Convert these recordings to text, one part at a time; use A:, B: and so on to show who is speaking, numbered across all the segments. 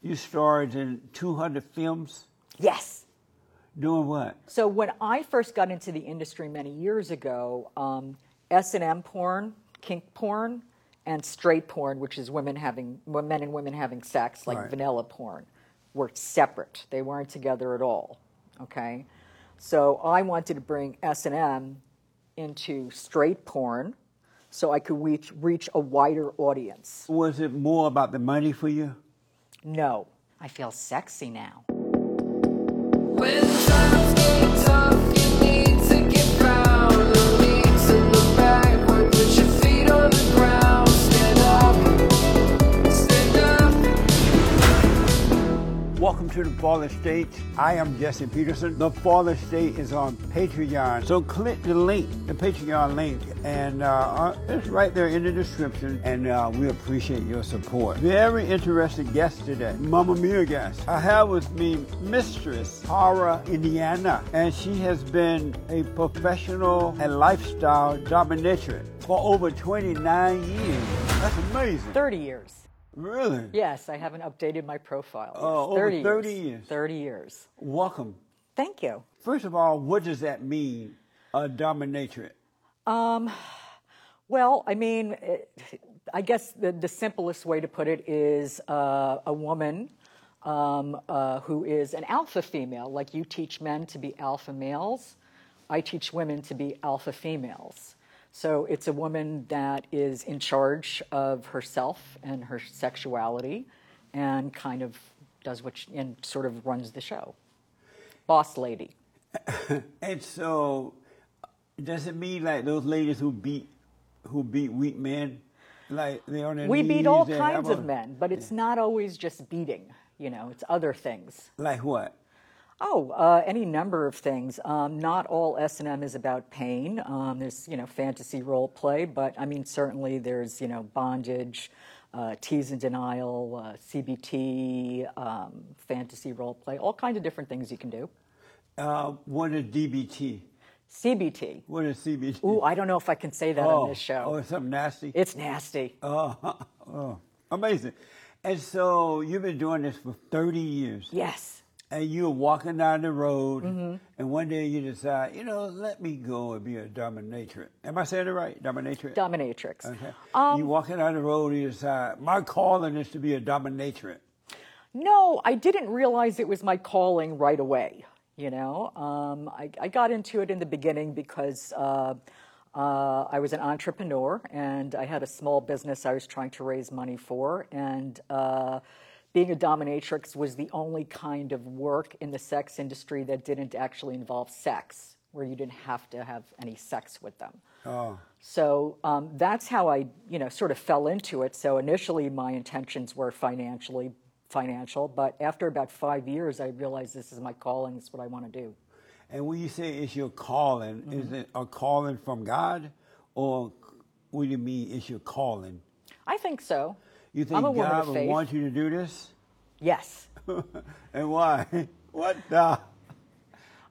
A: You starred in 200 films.
B: Yes.
A: Doing what?
B: So when I first got into the industry many years ago, um, S and M porn, kink porn, and straight porn, which is women having well, men and women having sex, like
A: Right.
B: vanilla porn, were separate. They weren't together at all. Okay, so I wanted to bring S and M into straight porn, so I could reach reach a wider audience.
A: Was it more about the money for you?
B: No, I feel sexy now.
C: When times get tough, you need to get round. No need to look backward. Put your feet on the ground. Stand up. Stand up.
A: Welcome to the Fall Estate. I am Jesse Peterson. The Fall Estate is on Patreon, so click the link, the Patreon link, and uh, uh, it's right there in the description. And uh, we appreciate your support. Very interesting guest today, Mama Mia guest. I have with me Mistress Hara Indiana, and she has been a professional and lifestyle dominatrix for over 29 years. That's amazing.
B: Thirty years.
A: Really?
B: Yes, I haven't updated my profile. Yes,
A: Oh, over
B: 30
A: 30
B: years.
A: years.
B: 30 years.
A: Welcome.
B: Thank you.
A: First of all, what does that mean, a dominatrix?
B: Well, I mean, it, I guess the, the simplest way to put it is uh, a woman um, uh, who is an alpha female. Like you teach men to be alpha males, I teach women to be alpha females. So it's a woman that is in charge of herself and her sexuality and kind of does what she, and sort of runs the show. Boss lady.
A: And so, does it mean like those ladies who beat, who beat weak men, like they on their
B: We
A: knees?
B: beat all
A: they
B: kinds
A: have
B: of
A: a-
B: men, but it's not always just beating. You know, it's other things.
A: Like what?
B: Oh, uh, any number of things. Um, not all S and M is about pain. Um, there's you know fantasy role play, but I mean certainly there's you know bondage, uh, tease and denial, uh, CBT, um, fantasy role play, all kinds of different things you can do.
A: Uh, what is DBT?
B: CBT.
A: What is CBT?
B: Ooh, I don't know if I can say that on this show.
A: Oh, it's something nasty.
B: It's nasty.
A: oh, oh, amazing. And so you've been doing this for 30 years.
B: yes.
A: and you're walking down the road,
B: Mm-hmm.
A: and one day you decide, you know, let me go and be a dominatrix. Am I saying it right? Dominatrix.
B: Dominatrix.
A: okay.
B: Um,
A: you walking down the road, you decide, my calling is to be a dominatrix.
B: No, I didn't realize it was my calling right away. You know, um, I, I got into it in the beginning because uh, uh, I was an entrepreneur and I had a small business I was trying to raise money for. And uh, being a dominatrix was the only kind of work in the sex industry that didn't actually involve sex, where you didn't have to have any sex with them. So um, that's how I, you know, sort of fell into it. So initially, my intentions were financially financial, but after about five years, I realized this is my calling. It's what I want to do.
A: And when you say it's your calling,
B: Mm-hmm.
A: is it a calling from God, or what do you mean it's your calling?
B: I think so.
A: You think
B: I'm a woman
A: God
B: of
A: would
B: faith.
A: want you to do this,
B: Yes,
A: and why? what the?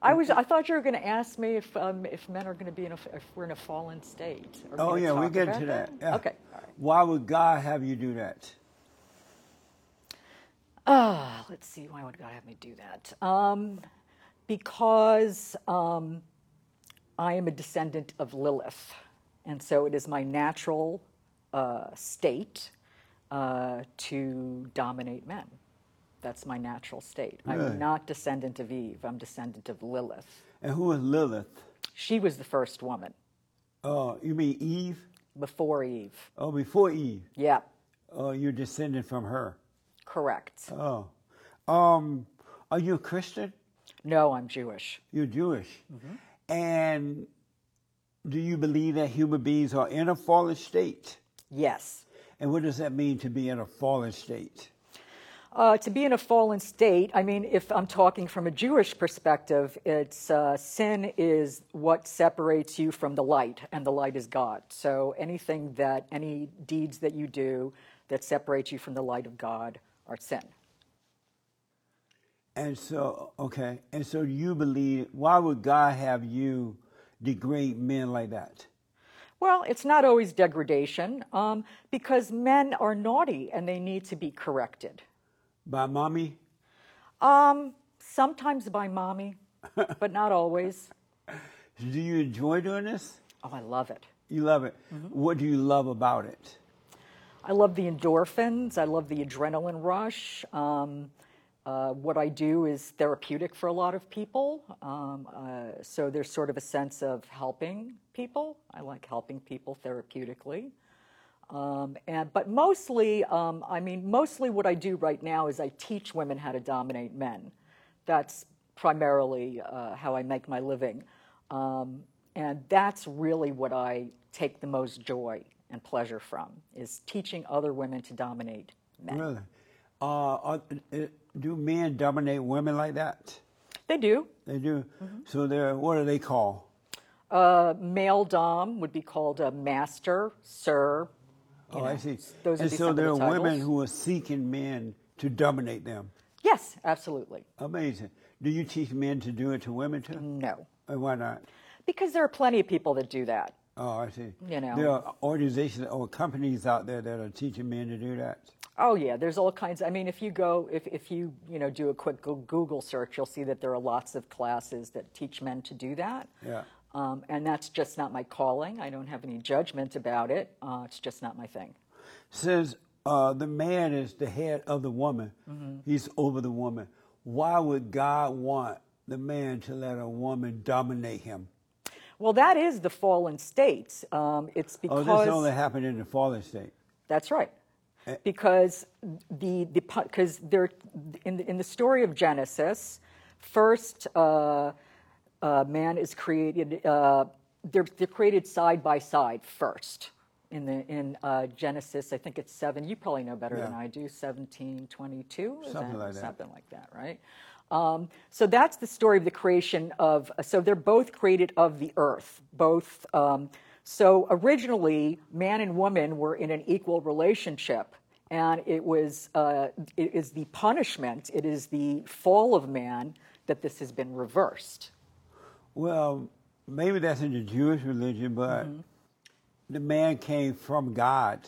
B: I was. I thought you were going to ask me if um, if men are going to be in a if we're in a fallen state. Are we
A: Oh
B: gonna
A: yeah, we
B: talk
A: get
B: about
A: into that. Yeah.
B: Okay. All right.
A: Why would God have you do that?
B: Ah, let's see. Why would God have me do that? Um, because um, I am a descendant of Lilith, and so it is my natural uh, state uh, to dominate men. That's my natural state.
A: Really?
B: I'm not descendant of Eve. I'm descendant of Lilith.
A: And who is Lilith?
B: She was the first woman
A: Oh, you mean Eve?
B: before Eve.
A: Oh, before Eve.
B: Yeah,
A: Oh, you're descended from her.
B: correct.
A: Oh. Um, are you a Christian?
B: No, I'm Jewish.
A: You're Jewish. And do you believe that human beings are in a fallen state?
B: Yes.
A: And what does that mean to be in a fallen state?
B: Uh, to be in a fallen state, I mean, if I'm talking from a Jewish perspective, it's uh, sin is what separates you from the light, and the light is God. So anything that, any deeds that you do that separate you from the light of God are sin.
A: And so, okay. And so you believe, why would God have you degrade men like that?
B: Well, it's not always degradation um, because men are naughty and they need to be corrected.
A: by mommy?
B: Um, sometimes by mommy, but not always.
A: Do you enjoy doing this?
B: Oh, I love it.
A: You love it. What do you love about it?
B: I love the endorphins. I love the adrenaline rush. Um, uh, what I do is therapeutic for a lot of people. Um, uh, so there's sort of a sense of helping people. I like helping people therapeutically. Um, and, but mostly, um, I mean, mostly what I do right now is I teach women how to dominate men. That's primarily uh, how I make my living. Um, and that's really what I take the most joy and pleasure from is teaching other women to dominate men.
A: Really? Uh, are- uh, do men dominate women like that?
B: They do.
A: They do. So they're what are they called?
B: Uh, male dom would be called a master, sir.
A: Oh, I see.
B: those would
A: and so
B: be some of the
A: there are women
B: titles.
A: who are seeking men to dominate them.
B: Yes, absolutely.
A: Amazing. Do you teach men to do it to women too?
B: No.
A: And why not?
B: Because there are plenty of people that do that.
A: Oh, I see.
B: You know.
A: there are organizations or companies out there that are teaching men to do that.
B: Oh yeah, there's all kinds. I mean, if you go, if, if you you know do a quick Goo- Google search, you'll see that there are lots of classes that teach men to do that.
A: Yeah.
B: Um, and that's just not my calling. I don't have any judgment about it. Uh, it's just not my thing.
A: Since uh, the man is the head of the woman,
B: Mm-hmm.
A: he's over the woman. Why would God want the man to let a woman dominate him?
B: Well, that is the fallen state. Um, it's
A: Oh,
B: because
A: this only happened in the fallen state.
B: That's right.
A: Eh.
B: Because the the because there in the, in the story of Genesis, first uh, uh, man is created. Uh, they're they're created side by side first. In the in uh, Genesis, I think it's seven. You probably know better than
A: Yeah.
B: I do. Seventeen twenty two.
A: Something like that.
B: Something like that, right? Um, so that's the story of the creation of. So they're both created of the earth. Both. Um, so originally, man and woman were in an equal relationship, and it was uh, it is the punishment. It is the fall of man that this has been reversed.
A: Well, maybe that's in the Jewish religion, but
B: Mm-hmm.
A: the man came from God,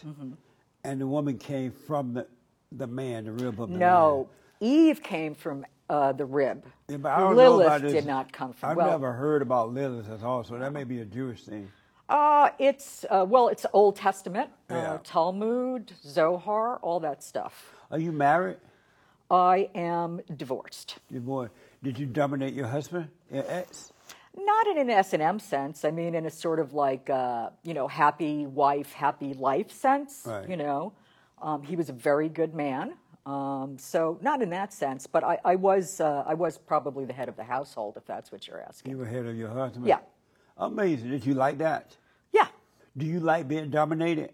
A: and the woman came from the the man, the rib of the
B: No, Eve came from uh, the rib.
A: man. Yeah, but I don't know
B: Lilith
A: about this.
B: did not come from.
A: I've
B: well,
A: never heard about Lilith at all, so that may be a Jewish thing.
B: Uh, it's uh, well, it's Old Testament,
A: Yeah.
B: uh, Talmud, Zohar, all that stuff.
A: Are you married?
B: I am divorced,
A: Your boy, did you dominate your husband, your ex?
B: not in an S and M sense. I mean, in a sort of like uh, you know, happy wife, happy life sense.
A: Right.
B: You know, um, he was a very good man. Um, so not in that sense, but I, I was uh, I was probably the head of the household, if that's what you're asking.
A: You were head of your husband.
B: Yeah.
A: Amazing. Did you like that?
B: Yeah,
A: Do you like being dominated?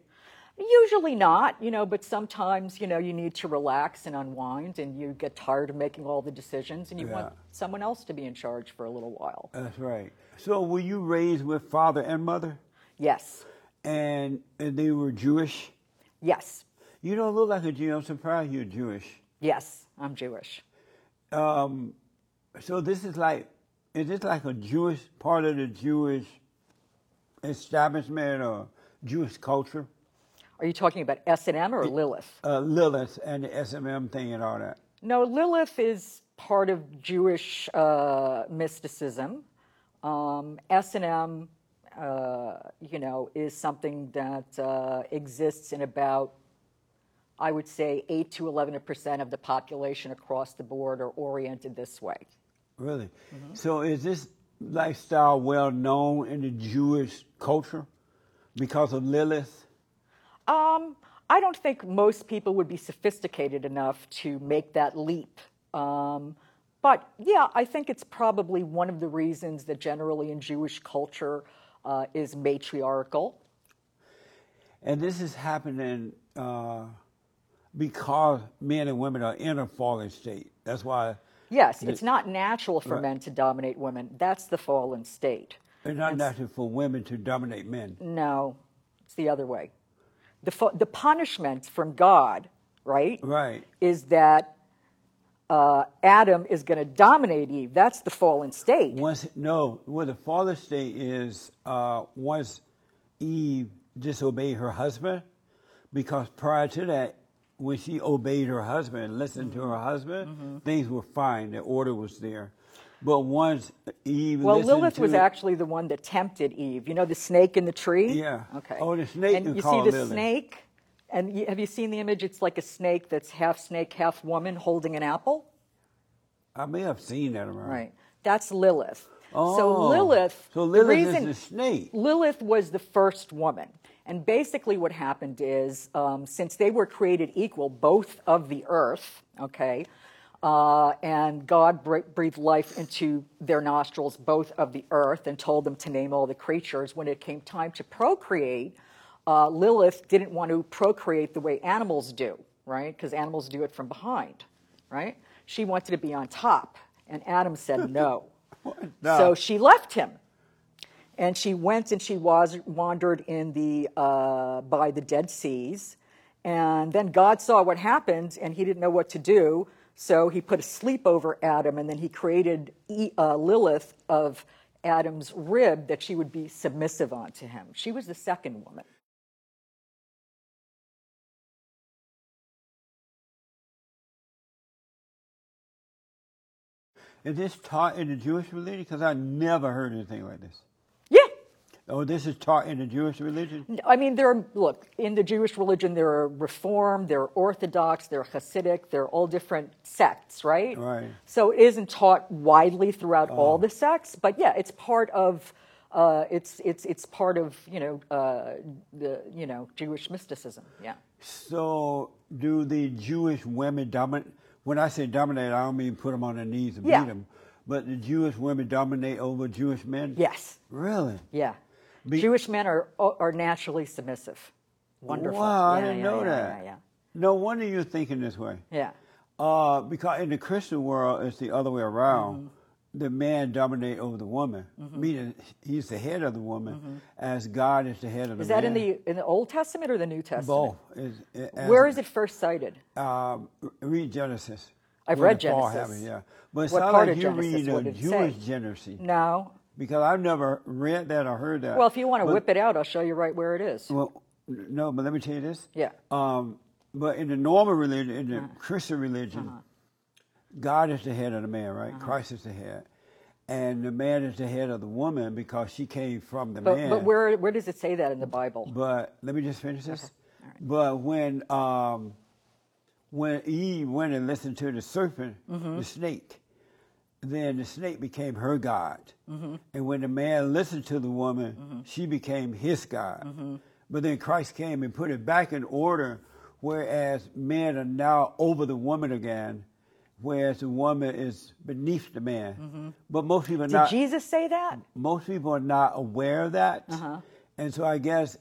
B: Usually not, you know, but sometimes, you know, you need to relax and unwind and you get tired of making all the decisions and you want
A: Yeah.
B: someone else to be in charge for a little while.
A: That's right. So were you raised with father and mother?
B: Yes.
A: and and they were Jewish.
B: Yes.
A: You don't look like a Jew. I'm surprised you're Jewish.
B: Yes, I'm Jewish.
A: So this is like, is this like a Jewish part of the Jewish establishment or Jewish culture?
B: Are you talking about S&M or Lilith?
A: Uh, Lilith and the SMM thing and all that.
B: No, Lilith is part of Jewish uh, mysticism. Um, S&M, uh, you know, is something that uh, exists in about, I would say, 8 to 11 percent of the population across the board are oriented this way.
A: Really. So is this lifestyle well known in the Jewish culture because of Lilith?
B: Um, I don't think most people would be sophisticated enough to make that leap. Um, but yeah, I think it's probably one of the reasons that generally in Jewish culture uh, is matriarchal.
A: And this is happening uh, because men and women are in a fallen state. That's why.
B: Yes, it's not natural for
A: Right.
B: men to dominate women. That's the fallen state.
A: It's not natural for women to dominate men.
B: No, it's the other way. The, fu- the punishment from God, right?
A: Right.
B: Is that uh, Adam is going to dominate Eve. That's the fallen state.
A: Once no, well, the father state is uh, once Eve disobeyed her husband, because prior to that, when she obeyed her husband and listened to
B: Mm-hmm.
A: her husband, things were fine. The order was there. But once Eve
B: Well,
A: listened
B: Lilith was
A: to-
B: actually the one that tempted Eve. You know the snake in the tree?
A: Yeah.
B: Okay.
A: Oh, the snake
B: And
A: you
B: you see
A: call
B: the
A: Lilith.
B: snake? And you, have you seen the image? It's like a snake that's half snake, half woman holding an apple.
A: I may have seen that around.
B: Right. That's Lilith.
A: Oh,
B: so Lilith,
A: So Lilith
B: the reason,
A: is the snake.
B: Lilith was the first woman. And basically, what happened is um, since they were created equal, both of the earth, okay, uh, and God br- breathed life into their nostrils, both of the earth, and told them to name all the creatures. When it came time to procreate, uh, Lilith didn't want to procreate the way animals do, right? Because animals do it from behind, right? She wanted to be on top, and Adam said no.
A: the-
B: So she left him and she went and she was wandered in the uh, by the Dead Seas, and then God saw what happened, and He didn't know what to do, so He put a sleep over Adam, and then He created E- uh, Lilith of Adam's rib that she would be submissive unto him. She was the second woman.
A: Is this taught in the Jewish religion? Because I never heard anything like this.
B: Yeah,
A: Oh, this is taught in the Jewish religion?
B: I mean, there are, look, in the Jewish religion, there are Reform, there are Orthodox, there are Hasidic, there are all different sects, right?
A: Right. Oh.
B: So it isn't taught widely throughout all the sects, but yeah, it's part of, uh, it's, it's, it's part of, you know, uh, the, you know, Jewish mysticism, yeah.
A: So, do the Jewish women dominate? When I say dominate, I don't mean put them on their knees and
B: Yeah.
A: beat them. But the Jewish women dominate over Jewish men?
B: Yes,
A: Really?
B: yeah.
A: Be-
B: Jewish men are, are naturally submissive. Wonderful.
A: Wow, I
B: Yeah,
A: didn't
B: yeah,
A: know
B: yeah,
A: that.
B: Yeah,
A: No wonder you're thinking this way.
B: yeah. yeah.
A: Uh, because in the Christian world, it's the other way around.
B: Mm-hmm.
A: The man dominate over the woman, meaning he's the head of the woman, as God is the head of the
B: Mm-hmm. Is that in
A: man.
B: the, in the Old Testament or the New Testament?
A: both? Is, eh, as-
B: Where is it first cited?
A: um, read Genesis.
B: I've
A: Where
B: read
A: the fall
B: Genesis.
A: happened, yeah. But it's
B: What
A: not
B: part
A: like
B: of
A: you
B: Genesis?
A: read
B: What
A: a
B: did it say?
A: Jewish Genesis
B: No.
A: because I've never read that or heard that.
B: Well, if you want to
A: But-
B: whip it out, I'll show you right where it is.
A: Well, no, but let me tell you this.
B: Yeah. Uh-huh.
A: Um, but in the normal religion, in the Christian religion, God is the head of the man, right?
B: Uh-huh.
A: Christ is the head, and the man is the head of the woman because she came from the
B: But,
A: man.
B: but where where does it say that in the Bible?
A: But let me just finish this. But when um, when Eve went and listened to the serpent, the snake, then the snake became her god. And when the man listened to the woman, she became his god. But then Christ came and put it back in order, whereas men are now over the woman again, whereas the woman is beneath the man. But most people are
B: Did
A: not
B: Jesus say that?
A: most people are not aware of that.
B: Uh-huh.
A: And so I guess,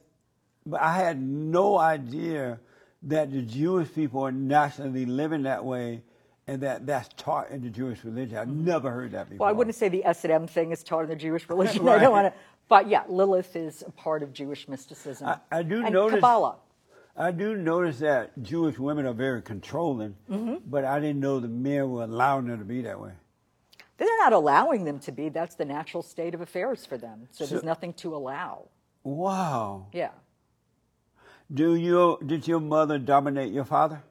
A: but I had no idea that the Jewish people are nationally living that way and that that's taught in the Jewish religion. I've never heard that before.
B: Mm-hmm. Well, I wouldn't say the S and M thing is taught in the Jewish religion. I
A: Right.
B: don't want to. But yeah, Lilith is a part of Jewish mysticism.
A: I, I do
B: and
A: notice.
B: Kabbalah.
A: I do notice that Jewish women are very controlling,
B: Mm-hmm.
A: but I didn't know the men were allowing them to be that way.
B: They're not allowing them to be. That's the natural state of affairs for them. So, there's nothing to allow.
A: Wow.
B: Yeah.
A: Do you did your mother dominate your father?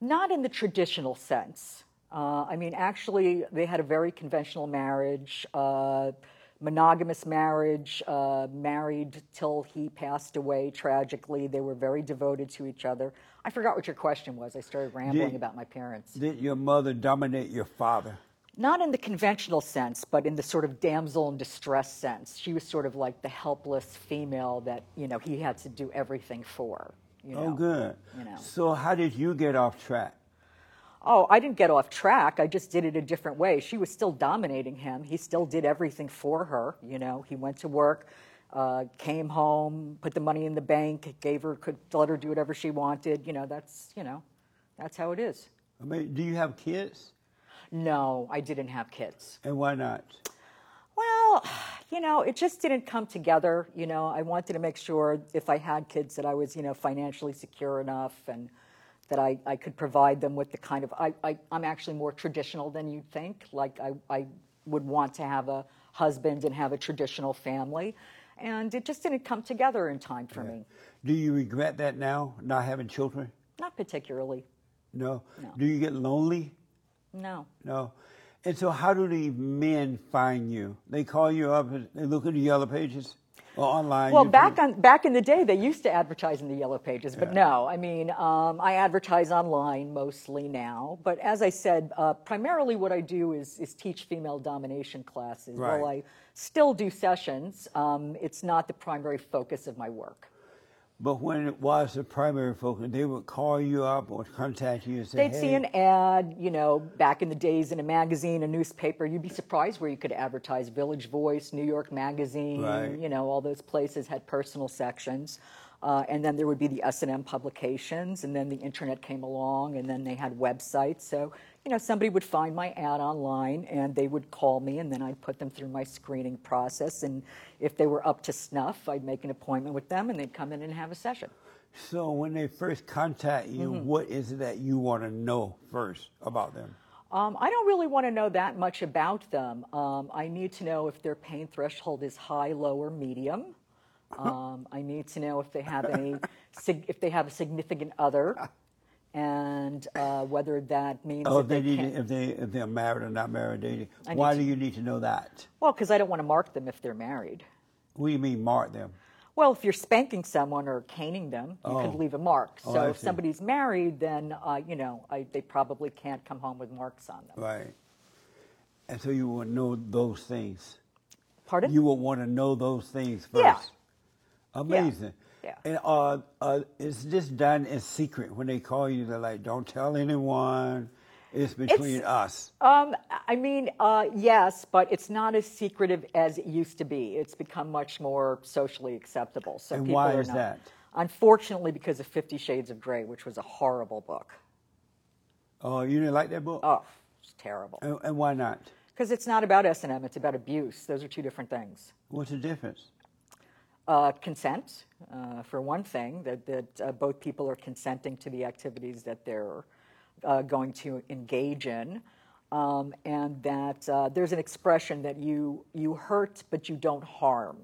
B: Not in the traditional sense. Uh, I mean, actually, they had a very conventional marriage, uh, monogamous marriage, uh, married till he passed away tragically. They were very devoted to each other. I forgot what your question was. I started rambling
A: Yeah.
B: about my parents.
A: Did your mother dominate your father?
B: Not in the conventional sense, but in the sort of damsel in distress sense. She was sort of like the helpless female that, you know, he had to do everything for. You know?
A: Oh, good.
B: you know.
A: So how did you get off track?
B: Oh, I didn't get off track. I just did it a different way. She was still dominating him. He still did everything for her. You know, he went to work, uh, came home, put the money in the bank, gave her, could let her do whatever she wanted. You know, that's you know, that's how it is.
A: I mean, do you have kids?
B: No, I didn't have kids.
A: And why not?
B: Well, you know, it just didn't come together. You know, I wanted to make sure if I had kids that I was, you know, financially secure enough and that I, I could provide them with the kind of. I, I, I'm actually more traditional than you'd think. Like, I, I would want to have a husband and have a traditional family. And it just didn't come together in time for me.
A: Do you regret that now, not having children?
B: Not particularly.
A: No. Do you get lonely?
B: No.
A: No. And so, how do the men find you? They call you up and they look at the yellow pages or online.
B: Well,
A: you
B: back
A: can-
B: on back in the day, they used to advertise in the yellow pages, but no. I mean, um, I advertise online mostly now. But as I said, uh, primarily what I do is is teach female domination classes. While
A: Right.
B: I still do sessions, um, it's not the primary focus of my work.
A: But when it was the primary focus, they would call you up or contact you and say,
B: They'd
A: hey,
B: see an ad, you know, back in the days in a magazine, a newspaper. You'd be surprised where you could advertise. Village Voice, New York Magazine,
A: Right.
B: you know, all those places had personal sections. Uh, and then there would be the S and M publications, and then the internet came along, and then they had websites. So, you know, somebody would find my ad online, and they would call me, and then I'd put them through my screening process. And if they were up to snuff, I'd make an appointment with them, and they'd come in and have a session.
A: So when they first contact you,
B: Mm-hmm.
A: what is it that you want to know first about them?
B: Um, I don't really want to know that much about them. Um, I need to know if their pain threshold is high, low, or medium. Um, I need to know if they have any, sig- if they have a significant other, and uh, whether that means
A: Oh,
B: that
A: if they,
B: they,
A: need,
B: can't.
A: if they if they're married or not married, dating.
B: I
A: Why
B: need
A: do you need to know that?
B: Well, because I don't want to mark them if they're married.
A: What do you mean mark them?
B: Well, if you're spanking someone or caning them, you could
A: Oh.
B: leave a mark.
A: Oh,
B: So
A: I
B: if
A: see.
B: somebody's married, then uh, you know I, they probably can't come home with marks on them.
A: Right. And so you will know those things.
B: Pardon?
A: You will want to know those things first.
B: Yeah.
A: Amazing.
B: Yeah.
A: And uh, uh, is this done in secret when they call you? They're like, "Don't tell anyone. It's between us."
B: Um, I mean, uh, yes, but it's not as secretive as it used to be. It's become much more socially acceptable. So
A: And
B: people
A: why
B: are
A: is
B: not,
A: that?
B: Unfortunately, because of Fifty Shades of Grey, which was a horrible book.
A: Oh, you didn't like that book?
B: Oh, it's terrible.
A: And, and why not?
B: Because it's not about S and M; it's about abuse. Those are two different things.
A: What's the difference?
B: Uh, consent, uh, for one thing, that that uh, both people are consenting to the activities that they're uh, going to engage in. Um, and that uh, there's an expression that you you hurt but you don't harm.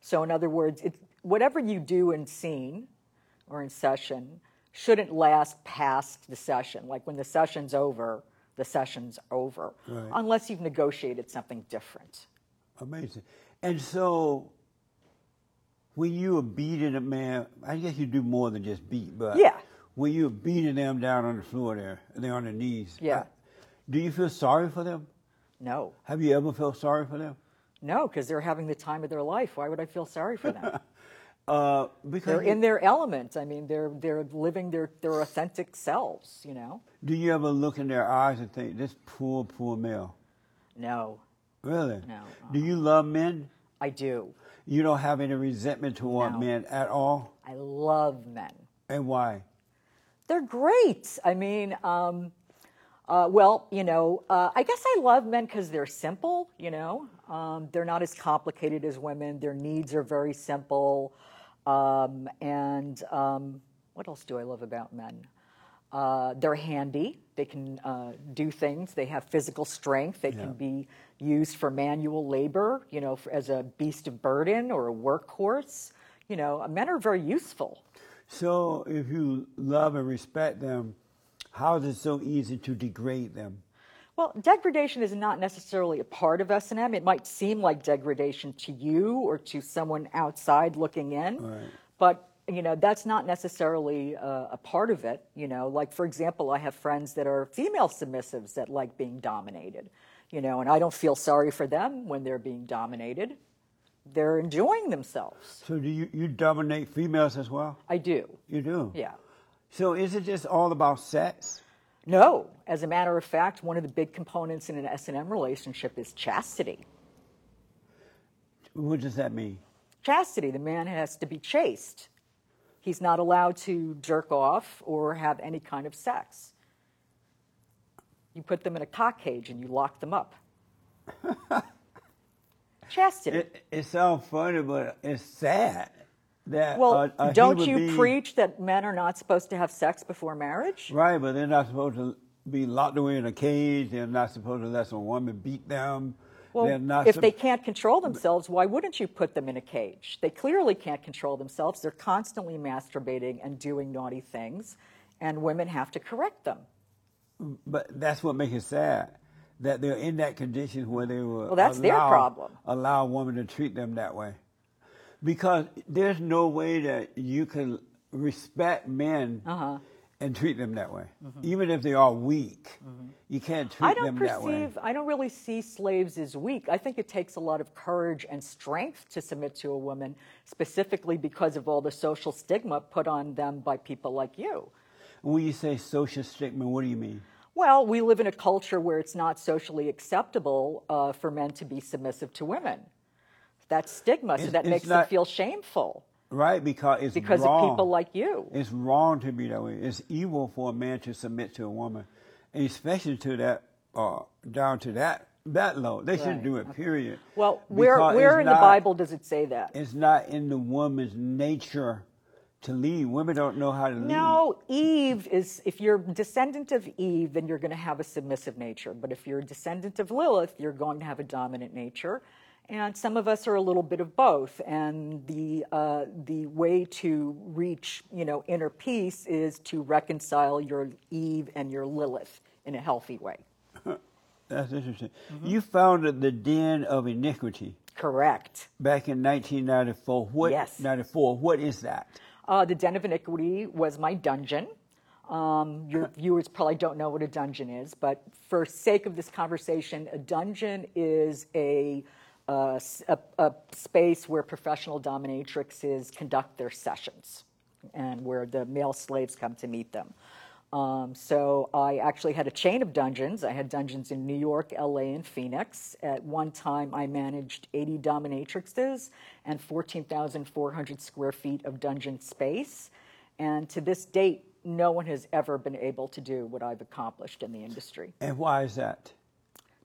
B: So, in other words, it, whatever you do in scene or in session shouldn't last past the session. Like when the session's over, the session's over,
A: Right.
B: unless you've negotiated something different.
A: Amazing. And so, when you are beating a man, I guess you do more than just beat, but
B: Yeah.
A: when you're beating them down on the floor there, they're on their knees.
B: Yeah.
A: uh, do you feel sorry for them?
B: No,
A: Have you ever felt sorry for them?
B: no, because they're having the time of their life. Why would I feel sorry for them?
A: Uh, because
B: they're in their element. I mean, they're they're living their their authentic selves. You know?
A: do you ever look in their eyes and think, this poor, poor male?
B: No,
A: Really?
B: No, uh-uh.
A: Do you love men?
B: I do.
A: You don't have any resentment toward
B: No.
A: men at all?
B: I love men.
A: And why?
B: They're great. I mean, um, uh, well, you know, uh, I guess I love men because they're simple, you know. Um, they're not as complicated as women. Their needs are very simple. Um, and um, what else do I love about men? Uh, they're handy. They can uh, do things. They have physical strength. They can be used for manual labor, you know, for, as a beast of burden or a workhorse. You know, men are very useful.
A: So, if you love and respect them, how is it so easy to degrade them?
B: Well, degradation is not necessarily a part of S and M. It might seem like degradation to you or to someone outside looking in,
A: Right.
B: but you know that's not necessarily uh, a part of it. You know, like for example, I have friends that are female submissives that like being dominated. You know, and I don't feel sorry for them when they're being dominated. They're enjoying themselves.
A: So, do you, you dominate females as well?
B: I do.
A: You do?
B: Yeah.
A: So, is it just all about sex?
B: No, as a matter of fact, one of the big components in an S and M relationship is chastity.
A: What does that mean?
B: chastity. The man has to be chaste. He's not allowed to jerk off or have any kind of sex. You put them in a cock cage and you lock them up. chastity.
A: It, it sounds funny, but it's sad that.
B: well,
A: a- a
B: don't
A: human
B: you
A: being-
B: preach that men are not supposed to have sex before marriage?
A: Right, but they're not supposed to be locked away in a cage. They're not supposed to let some woman beat them.
B: Well,
A: they're not
B: if
A: sup-
B: they can't control themselves, why wouldn't you put them in a cage? They clearly can't control themselves. They're constantly masturbating and doing naughty things. and women have to correct them.
A: But that's what makes it sad that they're in that condition where they were.
B: Well, that's their
A: allow-
B: problem.
A: Allow women to treat them that way, because there's no way that you can respect men
B: Uh-huh.
A: and treat them that way, even if they are weak. You can't treat
B: Mm-hmm. I don't
A: them that way.
B: perceive, I don't really see slaves as weak. I think it takes a lot of courage and strength to submit to a woman, specifically because of all the social stigma put on them by people like you.
A: When you say social stigma, what do you mean?
B: Well, we live in a culture where it's not socially acceptable uh, for men to be submissive to women. That's stigma, so
A: It's-
B: that
A: it's
B: makes them
A: not-
B: feel shameful
A: Right, because it's
B: because
A: wrong.
B: of people like you.
A: It's wrong to be that way. It's evil for a man to submit to a woman, and especially to that uh, down to that that low. They shouldn't
B: Right.
A: do it. Period.
B: Well, where,
A: Because
B: where
A: it's
B: in the
A: not-
B: Bible does it say that?
A: It's not in the woman's nature to lead. Women don't know how to lead.
B: No, Eve is, if you're descendant of Eve, then you're going to have a submissive nature. But if you're a descendant of Lilith, you're going to have a dominant nature. And some of us are a little bit of both. And the, uh, the way to reach, you know, inner peace is to reconcile your Eve and your Lilith in a healthy way.
A: That's interesting.
B: Mm-hmm.
A: You founded the Den of Iniquity
B: Correct.
A: back in 1994. What,
B: Yes.
A: 94. What is that?
B: Uh, the Den of Iniquity was my dungeon. Um, your viewers probably don't know what a dungeon is, but for sake of this conversation, a dungeon is a, uh, s- a- a space where professional dominatrixes conduct their sessions and where the male slaves come to meet them. Um, so I actually had a chain of dungeons. I had dungeons in New York, LA, and Phoenix. At one time, I managed 80 dominatrixes and 14,400 square feet of dungeon space. And to this date, no one has ever been able to do what I've accomplished in the industry
A: And why is that?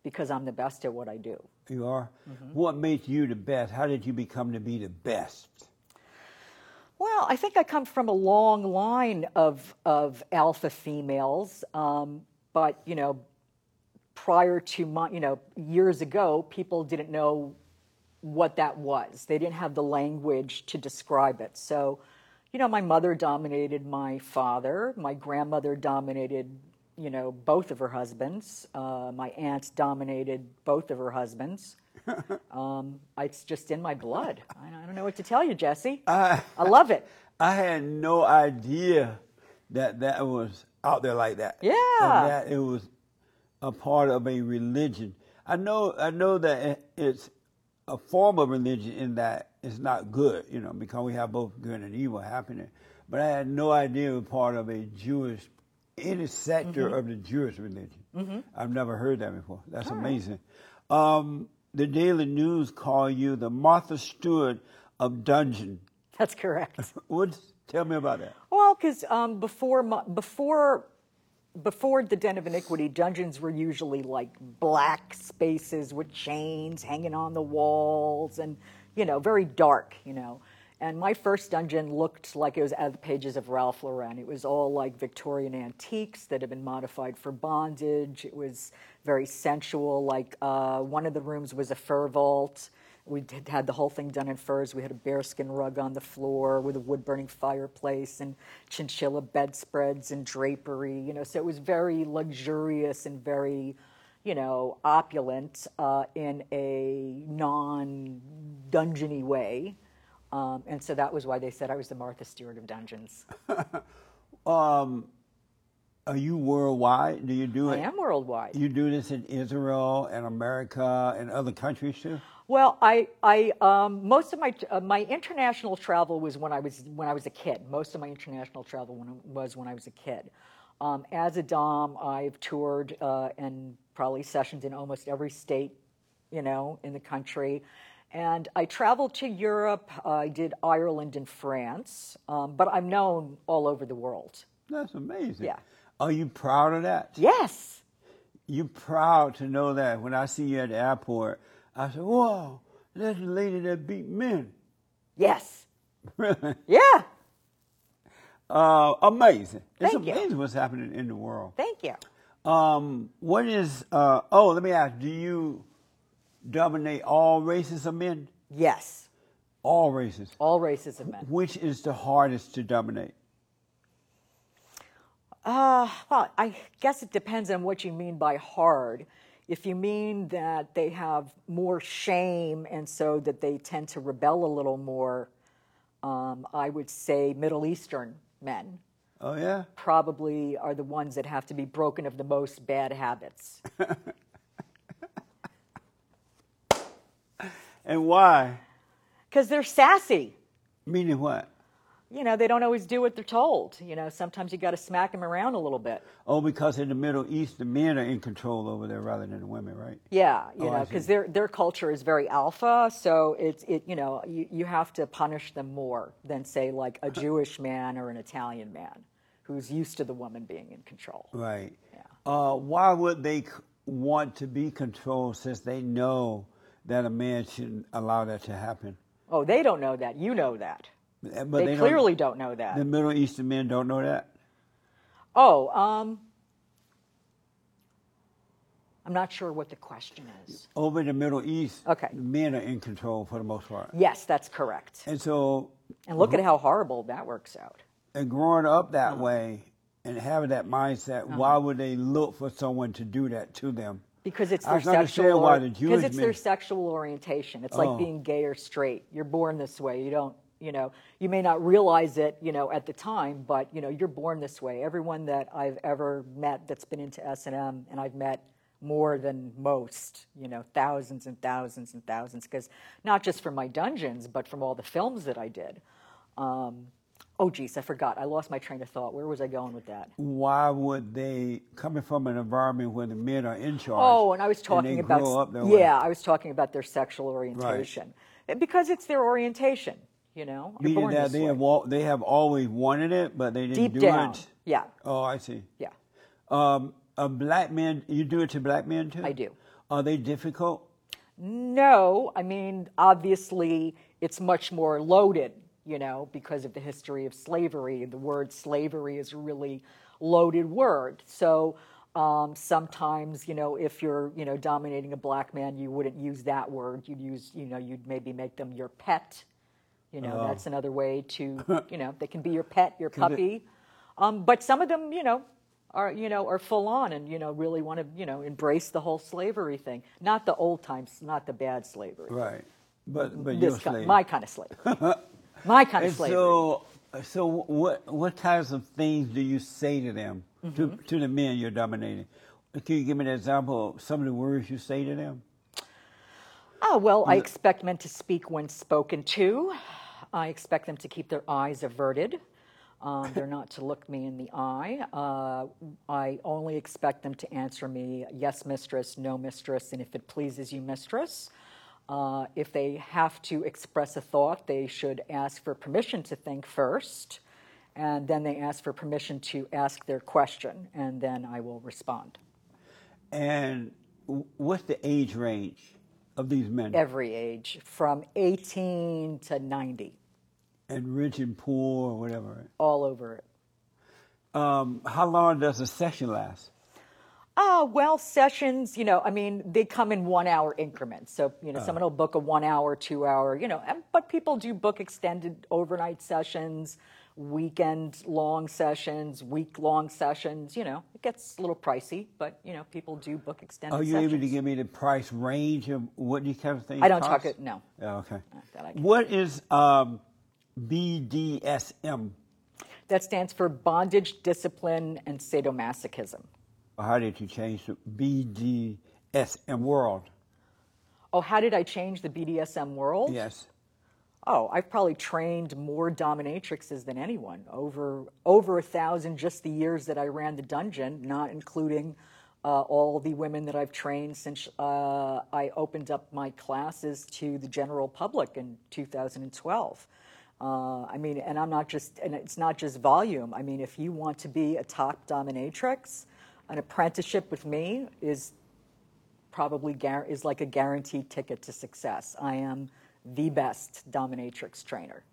B: because I'm the best at what I do.
A: You are?
B: Mm-hmm.
A: What made you the best? How did you become to be the best?
B: Well, I think I come from a long line of of alpha females, um, but you know, prior to my, you know, years ago, people didn't know what that was. They didn't have the language to describe it. So, you know, my mother dominated my father. My grandmother dominated, you know, both of her husbands. Uh, my aunt dominated both of her husbands. um, it's just in my blood. I don't- I don't know what to tell you, Jesse. I love it.
A: I had no idea that that was out there like that.
B: Yeah.
A: And that it was a part of a religion. I know. I know that it- it's a form of religion in that it's not good, you know, because we have both good and evil happening. But I had no idea it was part of a Jewish, any sector of the Jewish religion. I've never heard that before. That's amazing. Um, the Daily News call you the Martha Stewart of dungeon.
B: That's correct.
A: What's tell me about that?
B: Well, because um, before my, before before the Den of Iniquity, dungeons were usually like black spaces with chains hanging on the walls, and you know, very dark. You know, and my first dungeon looked like it was out of the pages of Ralph Lauren. It was all like Victorian antiques that had been modified for bondage. It was very sensual. Like uh, one of the rooms was a fur vault. We did, had the whole thing done in furs. We had a bearskin rug on the floor with a wood burning fireplace and chinchilla bedspreads and drapery, you know. So it was very luxurious and very, you know, opulent uh, in a non dungeony way. Um, and so that was why they said I was the Martha Stewart of dungeons.
A: Are you worldwide? Do you do
B: I
A: it?
B: am worldwide.
A: You do this in Israel and America and other countries too?
B: Well, I, I um, most of my uh, my international travel was when I was when I was a kid. Most of my international travel when, was when I was a kid. Um, as a dom, I've toured uh, and probably sessions in almost every state, you know, in the country. And I traveled to Europe. uh, I did Ireland and France, um, but I'm known all over the world.
A: That's amazing.
B: Yeah.
A: Are you proud of that?
B: Yes,
A: You're proud to know that when I see you at the airport, I say, Whoa, that's the lady that beat men.
B: yes,
A: Really?
B: yeah.
A: Uh, amazing. It's
B: Thank you.
A: amazing what's happening in the world.
B: Thank you.
A: Um, what is uh, oh, let me ask, do you dominate all races of men?
B: Yes,
A: All races.
B: all races of men.
A: Which is the hardest to dominate?
B: Uh, well, I guess it depends on what you mean by hard. If you mean that they have more shame and so that they tend to rebel a little more, um, I would say Middle Eastern men
A: Oh yeah.
B: probably are the ones that have to be broken of the most bad habits.
A: And why?
B: Because they're sassy.
A: Meaning what?
B: You know, they don't always do what they're told. You know, sometimes you got to smack them around a little bit.
A: Oh, because in the Middle East, the men are in control over there rather than the women, right?
B: Yeah, you
A: Oh, I
B: know,
A: see.
B: because their their culture is very alpha, so it's it you know you, you have to punish them more than say like a
A: Uh-huh.
B: Jewish man or an Italian man who's used to the woman being in control.
A: Right. Uh, why would they c- want to be controlled since they know that a man shouldn't allow that to happen?
B: Oh, they don't know that. You know that.
A: Uh, But
B: They,
A: don't-
B: clearly don't know that.
A: the Middle Eastern men don't know that.
B: oh, um, I'm not sure what the question is.
A: Over in the Middle East,
B: Okay.
A: the men are in control for the most part.
B: Yes, that's correct.
A: And so,
B: And look
A: Uh-huh.
B: at how horrible that works out.
A: and growing up that
B: Mm-hmm.
A: way and having that mindset,
B: Uh-huh.
A: why would they look for someone to do that to them?
B: Because it's
A: I
B: their
A: can understand
B: sexual
A: why
B: or-
A: the
B: because
A: Jewish
B: it's their
A: men-
B: sexual orientation. It's
A: Oh.
B: like being gay or straight. You're born this way. You don't, you know, you may not realize it, you know, at the time, but you know, you're born this way. Everyone that I've ever met that's been into S and M, and I've met more than most, you know, thousands and thousands and thousands, because not just from my dungeons, but from all the films that I did. Um, oh, geez, I forgot. I lost my train of thought. Where was I going with that?
A: Why would they, coming from an environment where the men are in charge?
B: Oh, and I was
A: they
B: talking about
A: grow up that way?
B: yeah, I was talking about their sexual orientation because it's their orientation. You know, You're
A: Meaning
B: born
A: that
B: this
A: they
B: way.
A: have wa- they have always wanted it, but they didn't
B: deep
A: do
B: down.
A: it.
B: Yeah,
A: Oh, I see.
B: yeah.
A: Um, a black man, you do it to black men too.
B: I do.
A: Are they difficult?
B: No, I mean obviously it's much more loaded. You know, because of the history of slavery, the word slavery is a really loaded word. So. Um, sometimes, you know, if you're, you know, dominating a black man, you wouldn't use that word. You'd use, you know, you'd maybe make them your pet, You know, that's another way to, you know, they can be your pet, your
A: Oh. Can they-
B: puppy. Um, but some of them, you know, are you know are full on and you know really want to you know embrace the whole slavery thing, not the old times, not the bad slavery.
A: Right. But but
B: This
A: you're
B: kind,
A: slave.
B: my kind of slavery, my kind of
A: and
B: slavery.
A: so so what what types of things do you say to them
B: Mm-hmm.
A: to to the men you're dominating? Can you give me an example of some of the words you say to them?
B: Ah, well, I expect men to speak when spoken to. I expect them to keep their eyes averted. Um, they're not to look me in the eye. Uh, I only expect them to answer me, yes, mistress, no, mistress, and if it pleases you, mistress. Uh, if they have to express a thought, they should ask for permission to think first, and then they ask for permission to ask their question, and then I will respond.
A: And w- what's the age range of these men?
B: Every age, from 18 to 90.
A: and rich and poor or whatever.
B: all over it.
A: Um, how long does a session last?
B: Oh, well, sessions, you know, I mean, they come in one hour increments. So, you
A: Ah.
B: know, someone will book a one hour, two hour, you know, and, but people do book extended overnight sessions, weekend long sessions, week long sessions. You know, it gets a little pricey, but, you know, people do book extended
A: Are you
B: sessions.
A: able to give me the price range of what these kind of things?
B: I don't
A: cost?
B: talk it, no.
A: Oh, okay.
B: that I can-
A: What is um, BDSM?
B: That stands for bondage, discipline, and sadomasochism.
A: How did you change the BDSM world?
B: Oh, how did I change the BDSM world?
A: Yes.
B: Oh, I've probably trained more dominatrixes than anyone over over a thousand just the years that I ran the dungeon, not including uh, all the women that I've trained since uh, I opened up my classes to the general public in 2012. Uh, I mean, and I'm not just, and it's not just volume. I mean, if you want to be a top dominatrix, an apprenticeship with me is probably guar- is like a guaranteed ticket to success. I am the best dominatrix trainer.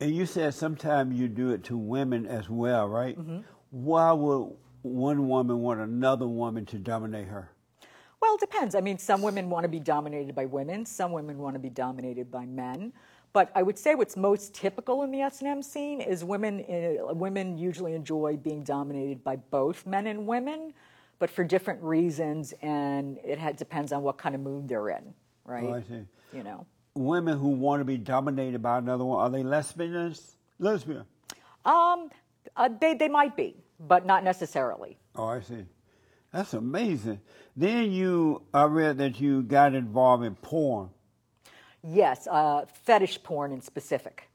A: And you said sometimes you do it to women as well, right?
B: Mm-hmm.
A: Why would one woman want another woman to dominate her?
B: Well, it depends. I mean, some women want to be dominated by women, some women want to be dominated by men. But I would say what's most typical in the S and M scene is women. uh, Women usually enjoy being dominated by both men and women, but for different reasons, and it had, depends on what kind of mood they're in, right?
A: Oh, I see.
B: You know.
A: Women who want to be dominated by another one, are they lesbians? Lesbian.
B: Um, uh, they, they might be, but not necessarily.
A: Oh, I see. That's amazing. Then you, I read that you got involved in porn.
B: Yes, uh, fetish porn in specific.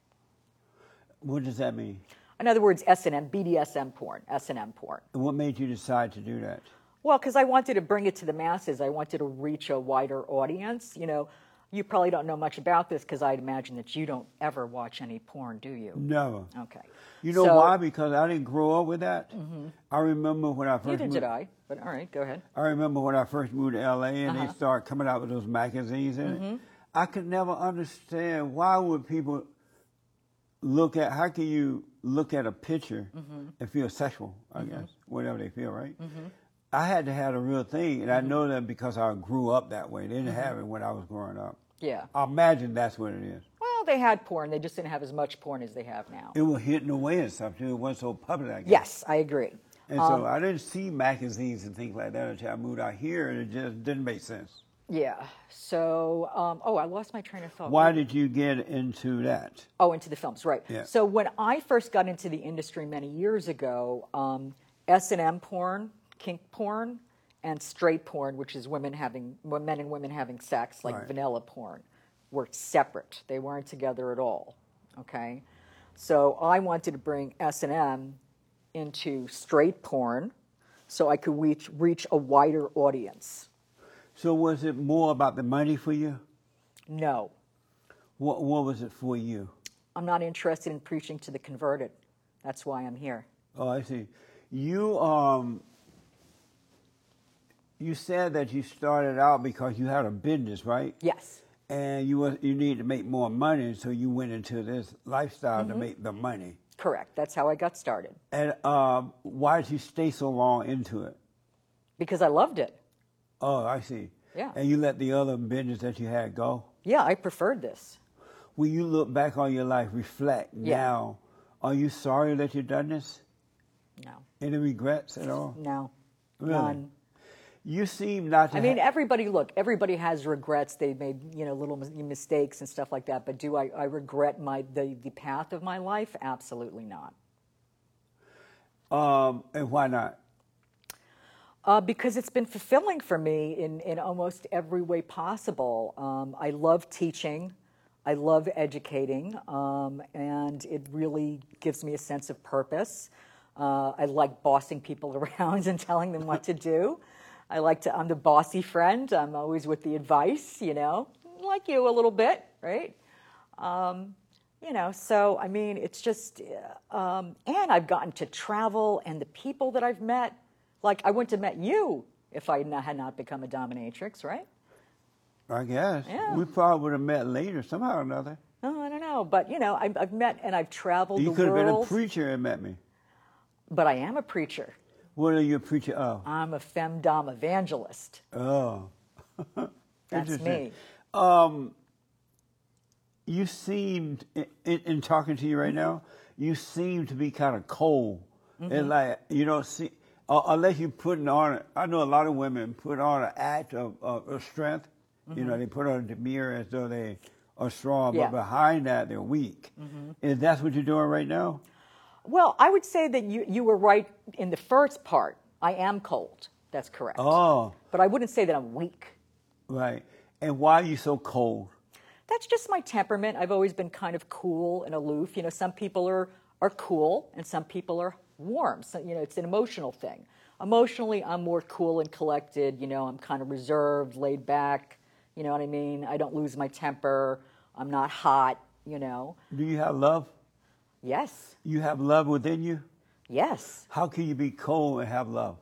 A: What does that mean?
B: In other words, S&M, BDSM porn, S&M porn.
A: What made you decide to do that?
B: Well, because I wanted to bring it to the masses. I wanted to reach a wider audience. You know, you probably don't know much about this because I'd imagine that you don't ever watch any porn, do you?
A: Never.
B: Okay.
A: You know
B: So-
A: why? Because I didn't grow up with that. I remember when I first
B: Neither
A: moved,
B: did I, but all right, go ahead.
A: I remember when I first moved to LA and they started coming out with those magazines in it. I could never understand why would people look at how can you look at a picture and feel sexual, I guess. Whatever they feel, right? I had to have a real thing and I know that because I grew up that way. They didn't have it when I was growing up.
B: Yeah.
A: I imagine that's what it is.
B: Well, they had porn. They just didn't have as much porn as they have now.
A: It was hidden away and stuff too. It wasn't so public, I guess.
B: Yes, I agree.
A: And so I didn't see magazines and things like that until I moved out here, and it just didn't make sense.
B: Yeah. So, um, oh, I lost my train of thought.
A: Why did you get into that?
B: Oh, into the films, right.
A: Yeah.
B: So when I first got into the industry many years ago, um, S&M porn, kink porn, and straight porn, which is women having, well, men and women having sex, like
A: Right.
B: vanilla porn, were separate. They weren't together at all, okay? So I wanted to bring S&M into straight porn so I could reach, reach a wider audience.
A: So was it more about the money for you?
B: No,
A: What What was it for you?
B: I'm not interested in preaching to the converted. That's why I'm here.
A: Oh, I see. You um. You said that you started out because you had a business, right?
B: Yes.
A: And you was, you needed to make more money, so you went into this lifestyle to make the money.
B: Correct. That's how I got started
A: And um, why did you stay so long into it?
B: because I loved it.
A: Oh, I see.
B: Yeah.
A: And you let the other business that you had go.
B: Yeah, I preferred this.
A: When you look back on your life, reflect
B: Yeah.
A: now, are you sorry that you done this?
B: No,
A: Any regrets at all?
B: no,
A: Really?
B: none.
A: You seem not to
B: I mean,
A: ha-
B: everybody. Look, everybody has regrets. They made you know little mis- mistakes and stuff like that. But do I, I regret my the, the path of my life? Absolutely not.
A: um and why not?
B: Uh, because it's been fulfilling for me in, in almost every way possible. Um, I love teaching, I love educating, um, and it really gives me a sense of purpose. Uh, I like bossing people around and telling them what to do. I like to, I'm the bossy friend, I'm always with the advice, you know, like you a little bit, right? you know so i mean it's just uh, um, and i've gotten to travel and the people that i've met like i wouldn't have met you if i had not- had not become a dominatrix right
A: I guess.
B: Yeah.
A: We probably would have met later somehow or another.
B: oh, i don't know but you know I've, I've met and i've traveled
A: you
B: the
A: could have been a
B: world
A: preacher and met me.
B: but i am a preacher
A: What are you a preacher of?
B: i'm a femdom evangelist
A: Oh.
B: that's
A: Interesting.
B: me
A: You seemed in, in, in talking to you right now, you seem to be kind of cold. And like you don't see uh, unless you putting on. a- I know a lot of women put on an act of, of, of strength. You know, they put on a demeanor as though they are strong,
B: Yeah.
A: but behind that they're weak. Is that what you're doing right now?
B: well i would say that you, you were right in the first part i am cold that's correct
A: Oh,
B: but i wouldn't say that i'm weak
A: right. And why are you so cold?
B: that's just my temperament. I've always been kind of cool and aloof. You know, some people are are cool and some people are warm. So, you know, it's an emotional thing. Emotionally, I'm more cool and collected. You know, I'm kind of reserved, laid back. You know what I mean? I don't lose my temper. I'm not hot. You know?
A: Do you have love?
B: Yes,
A: You have love within you.
B: yes.
A: How can you be cold and have love?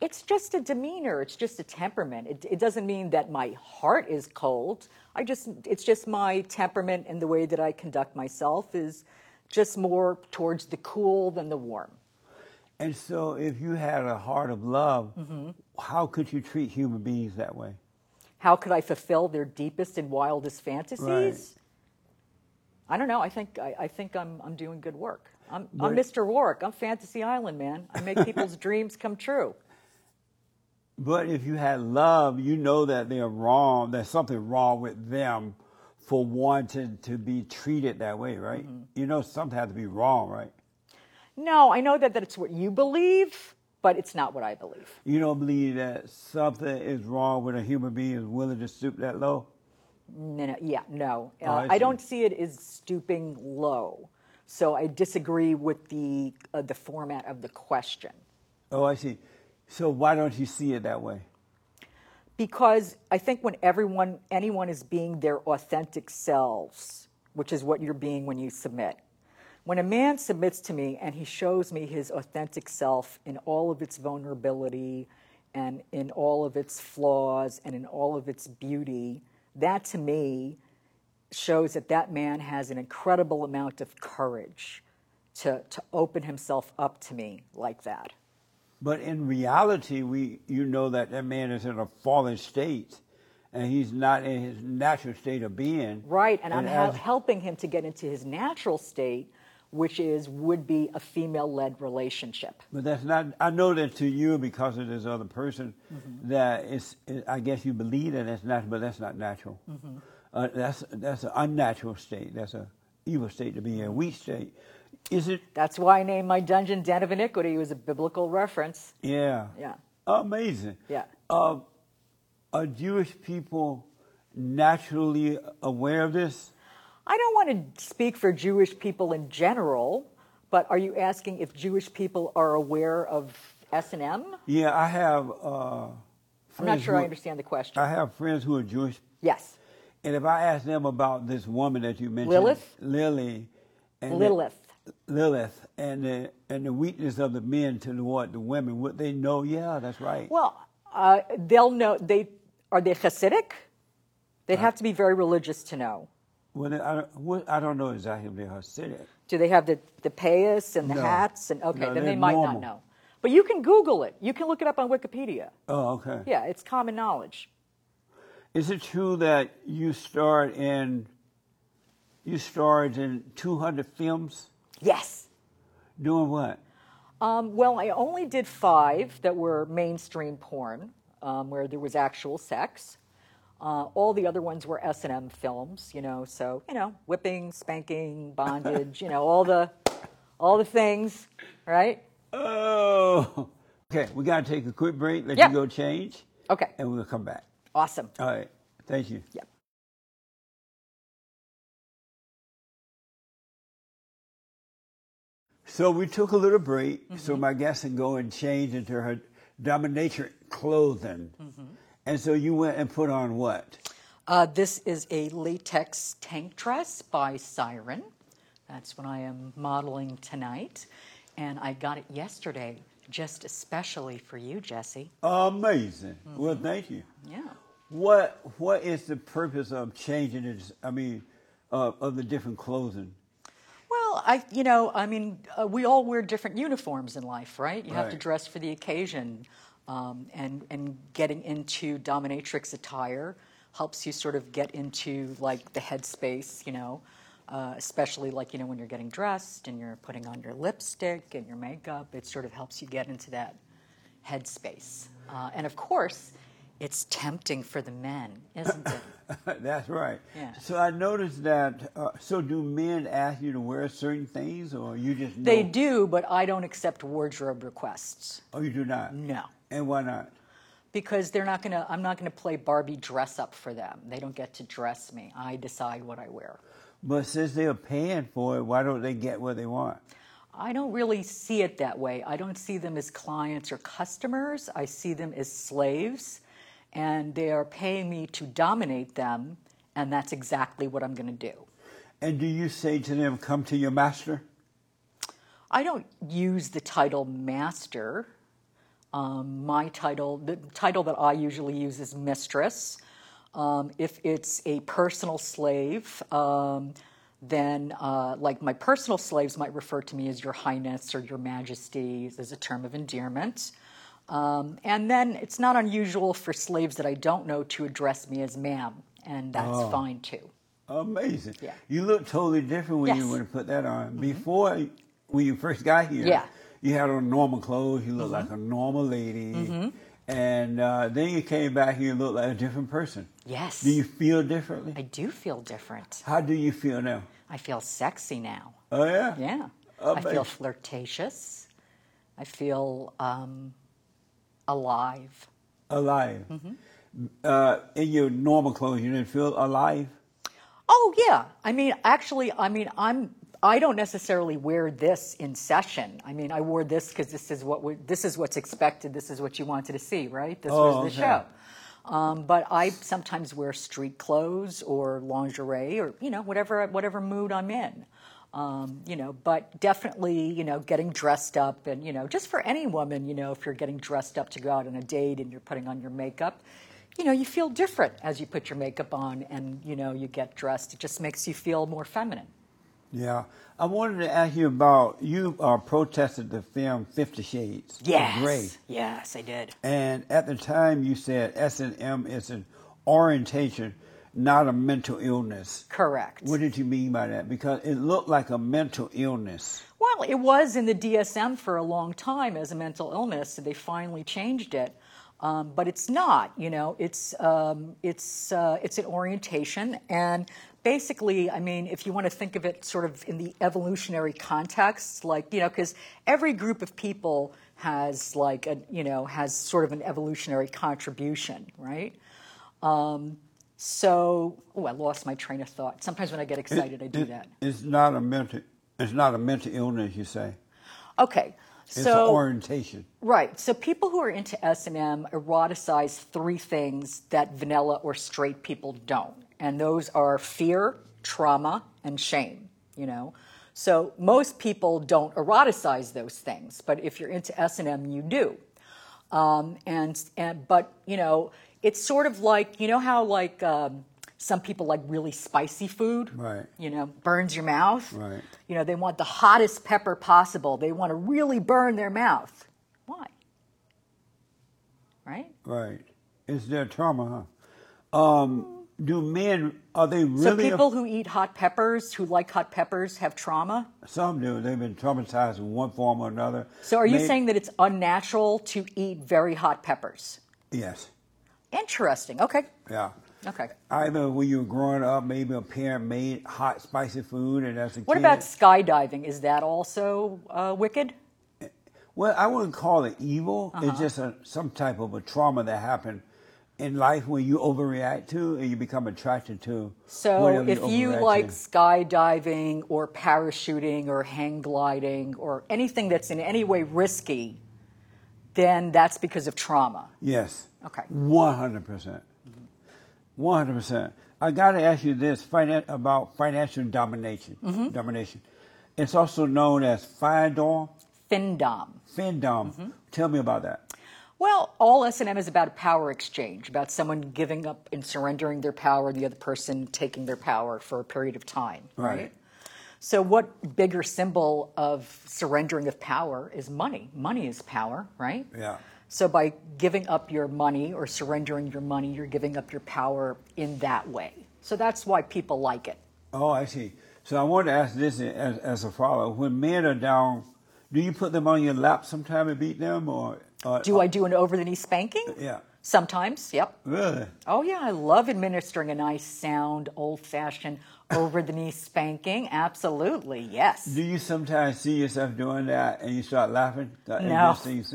B: It's just a demeanor. It's just a temperament. It, it doesn't mean that my heart is cold. I just, it's just my temperament and the way that I conduct myself is just more towards the cool than the warm.
A: And so, if you had a heart of love, how could you treat human beings that way?
B: How could I fulfill their deepest and wildest fantasies? I don't know. I think I, I think I'm I'm doing good work. I'm
A: But-
B: I'm Mr. Warwick. I'm Fantasy Island man. I make people's dreams come true.
A: But if you had love, you know that they're wrong. There's something wrong with them for wanting to be treated that way, right? You know, something has to be wrong, right?
B: No, I know that that it's what you believe, but it's not what I believe.
A: You don't believe that something is wrong with a human being is willing to stoop that low?
B: No, no, yeah, no. Uh,
A: Oh, I
B: I, don't
A: see.
B: see it as stooping low. So I disagree with the uh, the format of the question
A: Oh, I see. So why don't you see it that way?
B: because I think when everyone anyone is being their authentic selves, which is what you're being when you submit. When a man submits to me and he shows me his authentic self in all of its vulnerability and in all of its flaws and in all of its beauty, that to me shows that that man has an incredible amount of courage to, to open himself up to me like that.
A: But in reality, we you know that that man is in a fallen state, and he's not in his natural state of being.
B: Right, and, I'm hel-
A: as-
B: helping him to get into his natural state, which is would be a female-led relationship.
A: But that's not. I know that to you because of this other person.
B: Mm-hmm.
A: That it's. It, I guess you believe that that's natural, but that's not natural.
B: Mm-hmm.
A: Uh, that's that's an unnatural state. That's a evil state to be in. Weak state. Is it?
B: That's why I named my dungeon Den of Iniquity. It was a biblical reference.
A: Yeah.
B: Yeah.
A: Amazing.
B: Yeah.
A: Uh, are Jewish people naturally aware of this?
B: I don't want to speak for Jewish people in general, but are you asking if Jewish people are aware of S&M?
A: Yeah, I have. Uh,
B: I'm not
A: friends
B: sure
A: who-
B: I understand the question.
A: I have friends who are Jewish
B: yes.
A: And if I ask them about this woman that you mentioned,
B: Lilith?
A: Lily, and the-
B: Lilith.
A: Lilith, and the and the weakness of the men toward the women, would they know? Yeah, that's right.
B: Well, uh, they'll know. They are they Hasidic?
A: Uh,
B: They'd have to be very religious to know.
A: Well, I don't, what, I don't know exactly if they're Hasidic.
B: Do they have the the payas and the
A: No.
B: hats and okay?
A: No,
B: then
A: they're
B: they might
A: normal.
B: not know. But you can Google it. You can look it up on Wikipedia.
A: Oh, okay.
B: Yeah, it's common knowledge.
A: Is it true that you starred in you starred in two hundred films?
B: Yes.
A: Doing what?
B: Um, well, I only did five that were mainstream porn, um, where there was actual sex. Uh, all the other ones were S and M films, you know. So you know, whipping, spanking, bondage, you know, all the all the things, right?
A: Oh, okay. We gotta take a quick break. Let
B: Yeah.
A: you go change,
B: Okay.
A: and we'll come back.
B: Awesome.
A: All right. Thank you.
B: Yep.
A: So we took a little break so my guest can go and change into her dominatrix clothing. And so you went and put on what?
B: Uh, this is a latex tank dress by Siren. That's what I am modeling tonight. And I got it yesterday just especially for you, Jesse.
A: Amazing. Well, thank you.
B: Yeah.
A: What What is the purpose of changing it? I mean, uh, of the different clothing.
B: Well, I, you know, I mean, uh, we all wear different uniforms in life, right? You have to
A: Right.
B: dress for the occasion, um, and and getting into dominatrix attire helps you sort of get into like the headspace, you know, uh, especially like you know when you're getting dressed and you're putting on your lipstick and your makeup. It sort of helps you get into that headspace, uh, and of course, it's tempting for the men, isn't it?
A: That's right.
B: Yeah.
A: So I noticed that. Uh, so do men ask you to wear certain things, or you just know?
B: They do, but I don't accept wardrobe requests.
A: Oh, you do not.
B: No.
A: And why not?
B: because they're not going to i'm not going to play barbie dress up for them they don't get to dress me i decide what i wear
A: But since they're paying for it, why don't they get what they want?
B: i don't really see it that way i don't see them as clients or customers i see them as slaves and they are paying me to dominate them and that's exactly what i'm going to do
A: And do you say to them, "Come to your master"?
B: I don't use the title master. Um, my title, the title that I usually use is mistress. Um, if it's a personal slave, um, then uh, like my personal slaves might refer to me as your highness or your majesty as a term of endearment. Um, and then it's
A: Oh.
B: not unusual for slaves that I don't know to address me as ma'am, and that's fine too.
A: Amazing.
B: Yeah.
A: You look totally different when you
B: Yes. Mm-hmm.
A: would have put that on. Before, when you first got here,
B: Yeah. Mm-hmm.
A: you had on normal clothes. You looked like a normal lady. And uh, then you came back and you looked like a different person.
B: Yes.
A: Do you feel differently?
B: I do feel different.
A: How do you feel now?
B: I feel sexy now.
A: Oh, yeah?
B: Yeah. I
A: Amazing.
B: feel flirtatious. I feel um, alive.
A: Alive.
B: Mm-hmm.
A: Uh, in your normal clothes, you didn't feel alive?
B: Oh yeah. I mean, actually, I mean, I'm. I don't necessarily wear this in session. I mean, I wore this because this is what we, this is what's expected. This is what you wanted to see, right? This
A: Oh,
B: was the
A: okay.
B: show. Um, but I sometimes wear street clothes or lingerie or you know whatever whatever mood I'm in. Um, you know, but definitely, you know, getting dressed up and, you know, just for any woman, you know, if you're getting dressed up to go out on a date and you're putting on your makeup, you know, you feel different as you put your makeup on and, you know, you get dressed. It just makes you feel more feminine.
A: Yeah. I wanted to ask you about you uh, protested the film Fifty Shades of
B: Yes.
A: Grey.
B: Yes, I did.
A: And at the time, you said S and M is an orientation, not a mental illness.
B: Correct.
A: What did you mean by that? Because it looked like a mental illness.
B: Well, it was in the DSM for a long time as a mental illness, so they finally changed it. Um, but it's not, you know, it's um, it's uh, it's an orientation, and basically, I mean, if you want to think of it sort of in the evolutionary context, like you know, because every group of people has like a you know has sort of an evolutionary contribution, right? Um, so, oh, I lost my train of thought. Sometimes when I get excited, I do
A: It-
B: that.
A: It's not a mental. It's not a mental illness. You say
B: Okay,
A: it's
B: so
A: an orientation.
B: Right. So people who are into S and M eroticize three things that vanilla or straight people don't, and those are fear, trauma, and shame. You know, so most people don't eroticize those things, but if you're into S and M, you do. Um, and and but you know, it's sort of like you know how like um, some people like really spicy food,
A: Right.
B: You know, burns your mouth,
A: Right.
B: you know, they want the hottest pepper possible. They want to really burn their mouth. Why? Right?
A: Right. It's their trauma. Huh? Um, do men are they really? uh,
B: so people who eat hot peppers, who like hot peppers, have trauma.
A: some do. They've been traumatized in one form or another.
B: So are you
A: May-
B: saying that it's unnatural to eat very hot peppers?
A: yes?
B: Interesting. Okay.
A: Yeah.
B: Okay.
A: Either when you were growing up, maybe a parent made hot, spicy food, and as a
B: What
A: kid,
B: about skydiving? Is that also uh, wicked?
A: well, I wouldn't call it evil.
B: Uh-huh.
A: It's just a, some type of a trauma that happened in life when you overreact to, and you become attracted to.
B: So
A: whatever
B: if you
A: overreact
B: like
A: to.
B: skydiving or parachuting or hang gliding or anything that's in any way risky, then that's because of trauma.
A: yes,
B: Okay.
A: one hundred percent, one hundred percent. I got to ask you this finan- about financial domination.
B: Mm-hmm.
A: Domination. It's also known as findom.
B: FinDom.
A: Findom.
B: Mm-hmm.
A: Tell me about that.
B: Well, all S&M is about a power exchange, about someone giving up and surrendering their power, the other person taking their power for a period of time, right?
A: Right.
B: So what bigger symbol of surrendering of power is money? Money is power, right?
A: Yeah.
B: So by giving up your money or surrendering your money, you're giving up your power in that way. So that's why people like it.
A: Oh, I see. So I wanted to ask this as, as a follow. When men are down, do you put them on your lap sometime and beat them, or, or
B: Do I do an over the knee spanking?
A: Yeah.
B: Sometimes, yep.
A: really?
B: Oh, yeah, I love administering a nice, sound, old fashioned, over the knee spanking. Absolutely, yes.
A: Do you sometimes see yourself doing that and you start laughing? Like, it
B: No.
A: just seems-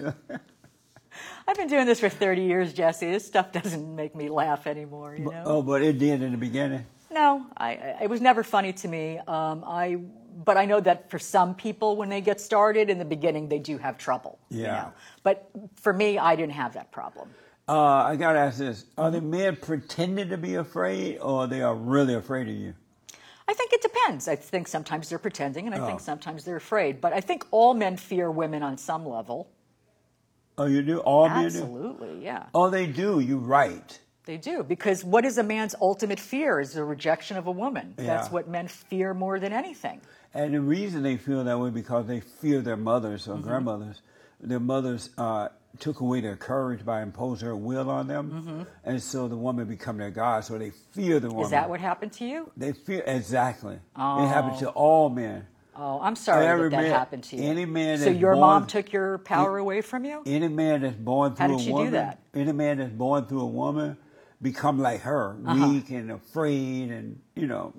B: I've been doing this for 30 years, Jesse. This stuff doesn't make me laugh anymore, you know?
A: oh, but it did in the beginning.
B: No, I, I, it was never funny to me. Um, I, but I know that for some people, when they get started in the beginning, they do have trouble. You
A: Yeah.
B: know? But for me, I didn't have that problem.
A: Uh, I gotta ask this: Are
B: Mm-hmm.
A: the men pretending to be afraid, or they are really afraid of you?
B: I think it depends. I think sometimes they're pretending, and I
A: Oh.
B: think sometimes they're afraid. But I think all men fear women on some level.
A: Oh, you do. All men do.
B: Absolutely, yeah.
A: Oh, they do. You right.
B: They do because what is a man's ultimate fear is the rejection of a woman. That's
A: Yeah.
B: what men fear more than anything.
A: And the
B: Mm-hmm.
A: reason they feel that way because they fear their mothers or grandmothers. Their mothers uh, took away their courage by imposing her will on them, and so the woman become their god. So they fear the woman.
B: Mm-hmm. Is that what happened to you?
A: They fear exactly. It happened to all men.
B: Oh, I'm sorry
A: Every
B: that that
A: man-
B: happened to you.
A: any man
B: So
A: that's
B: your
A: born-
B: mom took your power away from you?
A: Any man that's born through
B: How did
A: a
B: she do
A: woman,
B: that?
A: any man that's born through a woman, become like her,
B: Uh-huh.
A: weak and afraid, and you know,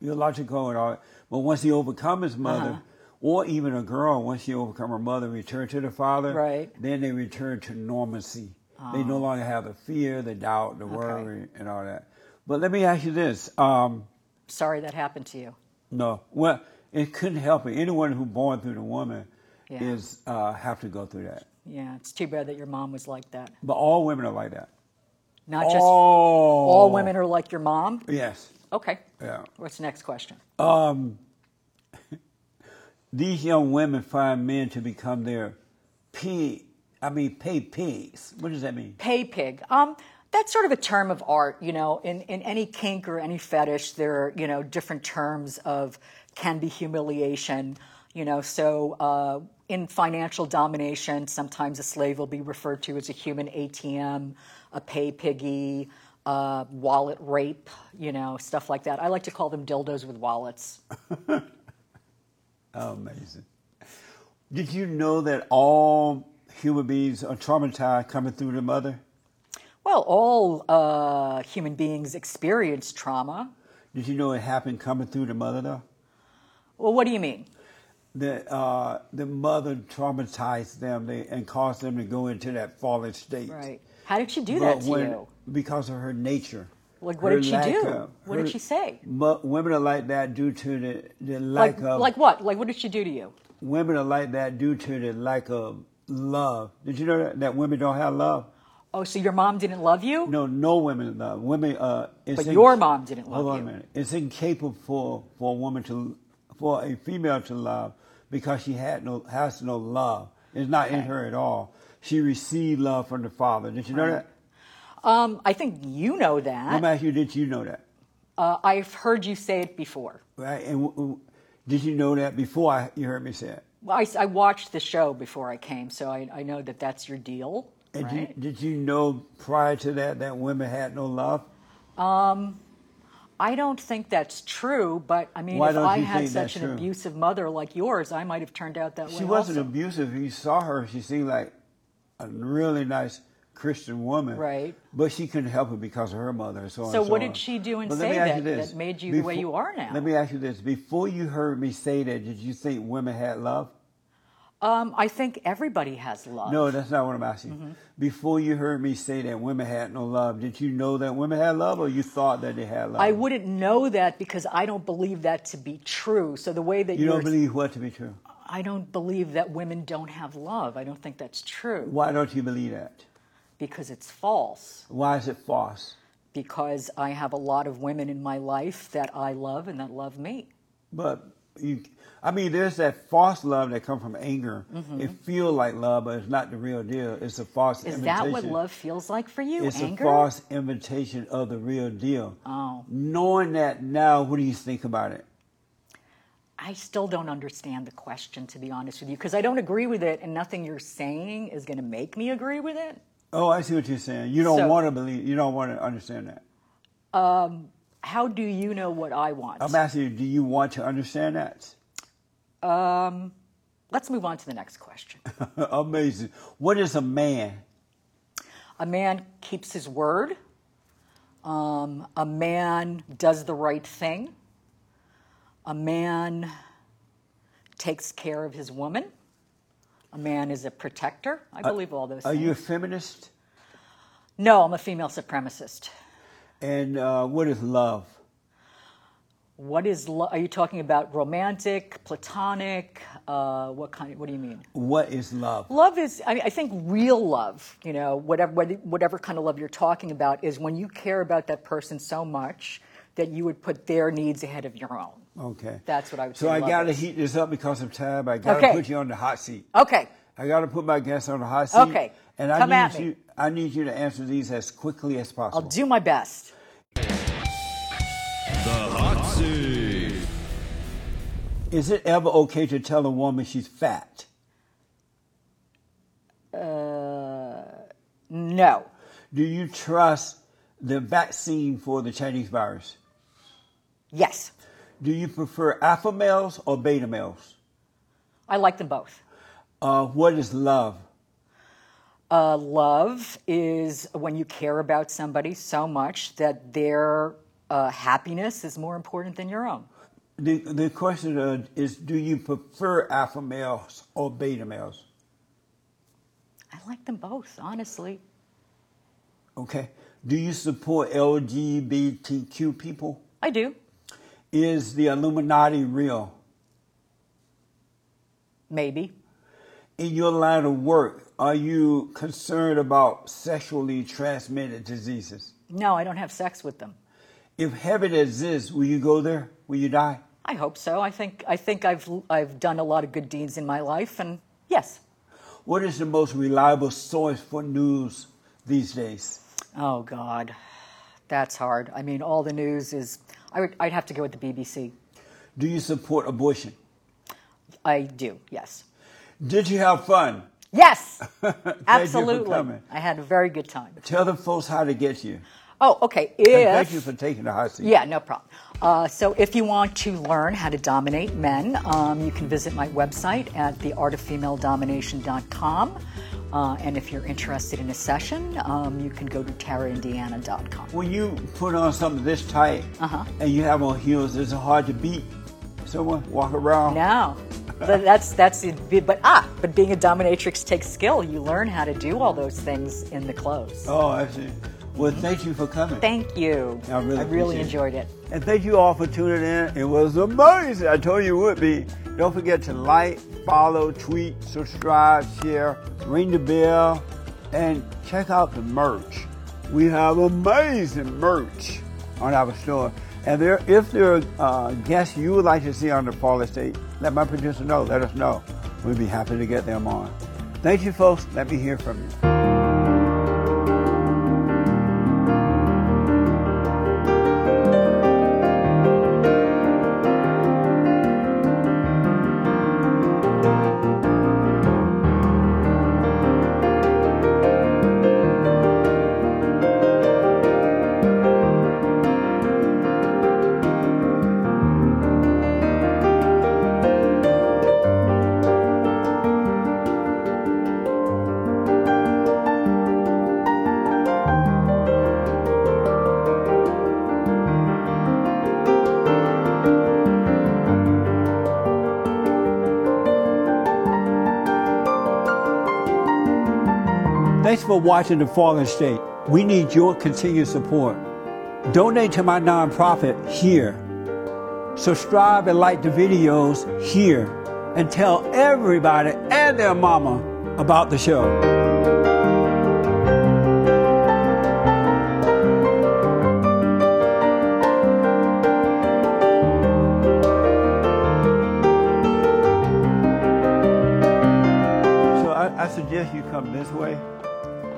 A: illogical and all. But once he overcome
B: Uh-huh.
A: his mother, or even a girl, once she overcome her mother, return to the father,
B: Right. Oh.
A: Then they return to normalcy. They no longer have the fear, the doubt, the worry, and all that. But let me ask you this. Um,
B: Sorry that happened to you.
A: no. Well, it couldn't help it. Anyone who born through the woman
B: Yeah.
A: is uh, have to go through that.
B: Yeah, it's too bad that your mom was like that.
A: But all women are like that.
B: Not just
A: Oh. all,
B: all women are like your mom.
A: Oh, Yes.
B: Okay.
A: Yeah.
B: What's the next question?
A: These young women find men to become their pig. I mean, pay pigs. What does that mean?
B: Pay pig. Um, that's sort of a term of art, you know. In in any kink or any fetish, there are you know different terms of can be humiliation, you know. So uh, in financial domination, sometimes a slave will be referred to as a human ATM, a pay piggy, uh, wallet rape, you know, stuff like that. I like to call them dildos with wallets.
A: Amazing. Did you know that all human beings are traumatized coming through their mother?
B: Well, all uh, human beings experience trauma.
A: Did you know it happened coming through the mother though?
B: Well, what do you mean?
A: That uh, the mother traumatized them they, and caused them to go into that fallen state.
B: Right. How did she do
A: But
B: that to
A: when-
B: you?
A: Because of her nature.
B: Like, what
A: Her
B: did she
A: lack
B: do?
A: of-
B: What did she say?
A: Mo- women are like that due to the, the lack
B: Like,
A: of.
B: like what? Like, what did she do to you?
A: women are like that due to the lack of love. Did you know that, that women don't have love?
B: Oh, so your mom didn't love you?
A: No, no women love. Women uh it's
B: But your mom didn't
A: hold
B: love
A: on
B: you.
A: a minute. It's incapable for, for a woman to for a female to love because she had no has no love. It's not in her at all. She received love from the father. Did you know that?
B: Um, I think you know
A: Let
B: that.
A: me ask you, did you know that?
B: Uh, I've heard you say it before.
A: Right? And w- w- did you know that before I, you heard me say it?
B: Well, I, I watched the show before I came, so I, I know that that's your deal,
A: And
B: right?
A: did, did you know prior to that that women had no love?
B: I don't think that's true, but I mean,
A: Why
B: if
A: don't
B: I
A: you
B: had
A: think that's
B: such an
A: true?
B: abusive mother like yours, I might have turned out that way.
A: She wasn't
B: also.
A: abusive. You saw her. She seemed like a really nice Christian woman.
B: Right.
A: But she couldn't help it because of her mother. And so, on
B: So
A: and so
B: what
A: on.
B: did she do and
A: But let
B: say
A: me ask
B: that-
A: you this.
B: that made you the way you are now?
A: Let me ask you this. Before you heard me say that, did you think women had love?
B: Um, I think everybody has love.
A: No, that's not what I'm asking.
B: Mm-hmm.
A: Before you heard me say that women had no love, did you know that women had love or you thought that they had love?
B: I wouldn't know that because I don't believe that to be true. So the way that
A: You
B: are
A: don't believe what to be true?
B: I don't believe that women don't have love. I don't think that's true
A: Why don't you believe that?
B: because it's false.
A: Why is it false?
B: Because I have a lot of women in my life that I love and that love me.
A: But you, I mean, there's that false love that comes from anger. It feels like love, but it's not the real deal. It's a false
B: Mm-hmm. Is
A: invitation.
B: that what love feels like for you?
A: It's
B: Anger?
A: a false invitation of the real deal.
B: Oh.
A: Knowing that now, what do you think about it?
B: I still don't understand the question, to be honest with you, because I don't agree with it, and nothing you're saying is going to make me agree with it.
A: Oh, I see what you're saying. You don't
B: So-
A: want to believe. You don't want to understand that.
B: How do you know what I want?
A: I'm asking you, do you want to understand that?
B: Let's move on to the next question.
A: Amazing. What is a man?
B: a man keeps his word, um, a man does the right thing, a man takes care of his woman, a man is a protector. I believe all those
A: Uh, Are
B: things.
A: you a feminist?
B: no, I'm a female supremacist.
A: And uh, what is love?
B: What is lo- are you talking about? Romantic, platonic? Uh, what kind? What do you mean?
A: What is love?
B: Love is, I, mean, I think real love, you know, whatever, what- whatever kind of love you're talking about, is when you care about that person so much that you would put their needs ahead of your own.
A: Okay.
B: That's what I would
A: So
B: say
A: I
B: love
A: got to
B: is.
A: heat this up because of time. I got to
B: Okay.
A: put you on the hot seat.
B: Okay,
A: I got to put my guests on the hot seat.
B: Okay.
A: And I
B: Come
A: need
B: at me.
A: you. I need you to answer these as quickly as
B: I'll
A: possible.
B: do my best.
D: The hot seat.
A: Is it ever okay to tell a woman she's fat?
B: Uh, No.
A: Do you trust the vaccine for the Chinese virus?
B: Yes.
A: Do you prefer alpha males or beta males?
B: I like them both.
A: Uh, what is love?
B: Uh, love is when you care about somebody so much that their uh, happiness is more important than your own.
A: The, the question uh, is do you prefer alpha males or beta males?
B: I like them both, honestly.
A: Okay. Do you support LGBTQ people?
B: I do.
A: Is the Illuminati real?
B: Maybe.
A: In your line of work, are you concerned about sexually transmitted diseases?
B: No, I don't have sex with them.
A: If heaven exists, will you go there? Will you die?
B: I hope so. I think I think I've I've done a lot of good deeds in my life, and yes.
A: What is the most reliable source for news these days?
B: Oh God, that's hard. I mean, all the news is. I would I'd have to go with the BBC.
A: Do you support abortion?
B: I do. Yes.
A: Did you have fun?
B: Yes.
A: Thank You for
B: Absolutely.
A: coming.
B: I had a very good time.
A: Tell the folks how to get you.
B: Oh, okay.
A: And
B: If
A: thank you for taking the hot seat.
B: Yeah, no problem. Uh, so, if you want to learn how to dominate men, um, you can visit my website at theartoffemaledomination.com. Uh, and if you're interested in a session, um, you can go to taraindiana.com.
A: When you put on something this tight and you have on heels, is it hard to beat someone? Walk around?
B: No, But that's that's it. But ah, but being a dominatrix takes skill. You learn how to do all those things in the clothes.
A: Oh, I see. Well, thank you for coming.
B: Thank you.
A: I really appreciate it.
B: enjoyed it.
A: And thank you all for tuning in. It was amazing. I told you it would be. Don't forget to like, follow, tweet, subscribe, share, ring the bell, and check out the merch. We have amazing merch on our store. And there, if there are uh, guests you would like to see on the Fall Estate, let my producer know. Let us know. We'd be happy to get them on. Thank you, folks. Let me hear from you. Thanks for watching The Fallen State. We need your continued support. Donate to my nonprofit here. Subscribe and like the videos here. And tell everybody and their mama about the show. So I, I suggest you come this way.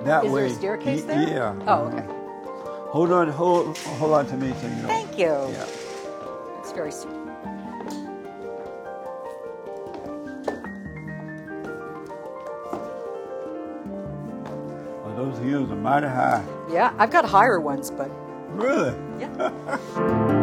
A: That
B: Is
A: way.
B: there a staircase
A: Y-
B: there?
A: Yeah.
B: Oh, okay.
A: Hold on, hold, hold on to me so you know.
B: Thank you.
A: Yeah.
B: It's very sweet.
A: Well, those heels are mighty high.
B: Yeah, I've got higher ones, but
A: Really?
B: yeah.